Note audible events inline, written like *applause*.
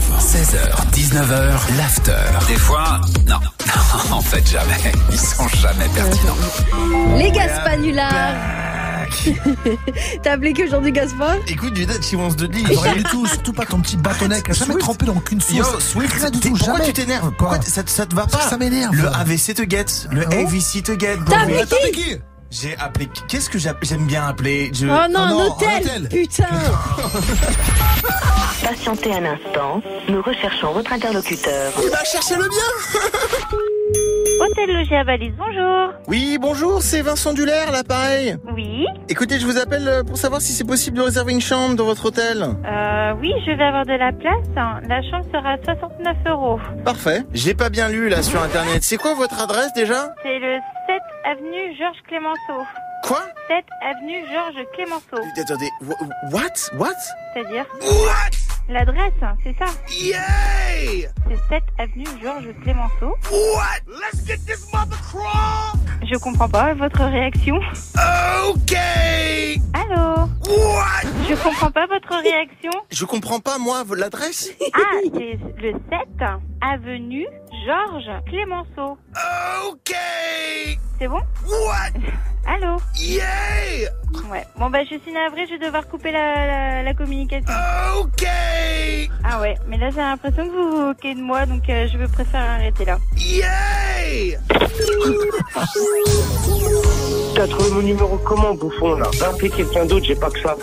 16h, 19h, l'after. Des fois, non. *laughs* en fait, jamais. Ils sont jamais pertinents. Les Gaspanulars *laughs* T'as appelé qui aujourd'hui Gaspard Écoute, du Dutch, She Wants de Lee. Rien Ah, du tout, surtout pas ton petit bâtonnet qui a jamais Swift. trempé dans aucune Yo, sauce. Swift, rien du t'es- tout, pourquoi jamais. tu t'énerves Pourquoi Quoi t- ça, te- ça te va Parce pas que ça m'énerve. Le AVC te guette, le Ah bon AVC te guette. T'as Bon, appelé attends, qui mais J'ai appelé. Qu'est-ce que j'app- j'aime bien appeler je... Oh non, Ah non, un, un hôtel, hôtel. Putain Patientez un instant, nous recherchons votre interlocuteur. Il va chercher le bien Hôtel Logé à Valise, bonjour. Oui, bonjour, c'est Vincent Dulaire, l'appareil. Oui, Écoutez, je vous appelle euh, pour savoir si c'est possible de réserver une chambre dans votre hôtel. euh, oui, je vais avoir de la place. La chambre sera à 69 euros. Parfait. J'ai pas bien lu là sur internet. C'est quoi votre adresse déjà C'est le 7 avenue Georges Clémenceau. Quoi 7 avenue Georges Clémenceau. Attendez, wh- what What C'est-à-dire L'adresse, c'est ça Yeah C'est 7 avenue Georges Clémenceau. What Let's get this mother crawl Je comprends pas votre réaction. Ok Allô What Je comprends pas votre réaction. Je comprends pas moi v- l'adresse. Ah, c'est le 7 avenue Georges Clémenceau. Ok C'est bon What Allô Yeah Ouais. Bon bah je suis navrée, je vais devoir couper la, la, la communication. Ok Ah ouais, mais là j'ai l'impression que vous vous moquez de moi, donc euh, je vais préférer arrêter là. Yeah T'as trouvé mon numéro comment, bouffon, là Va appeler quelqu'un d'autre, j'ai pas que ça.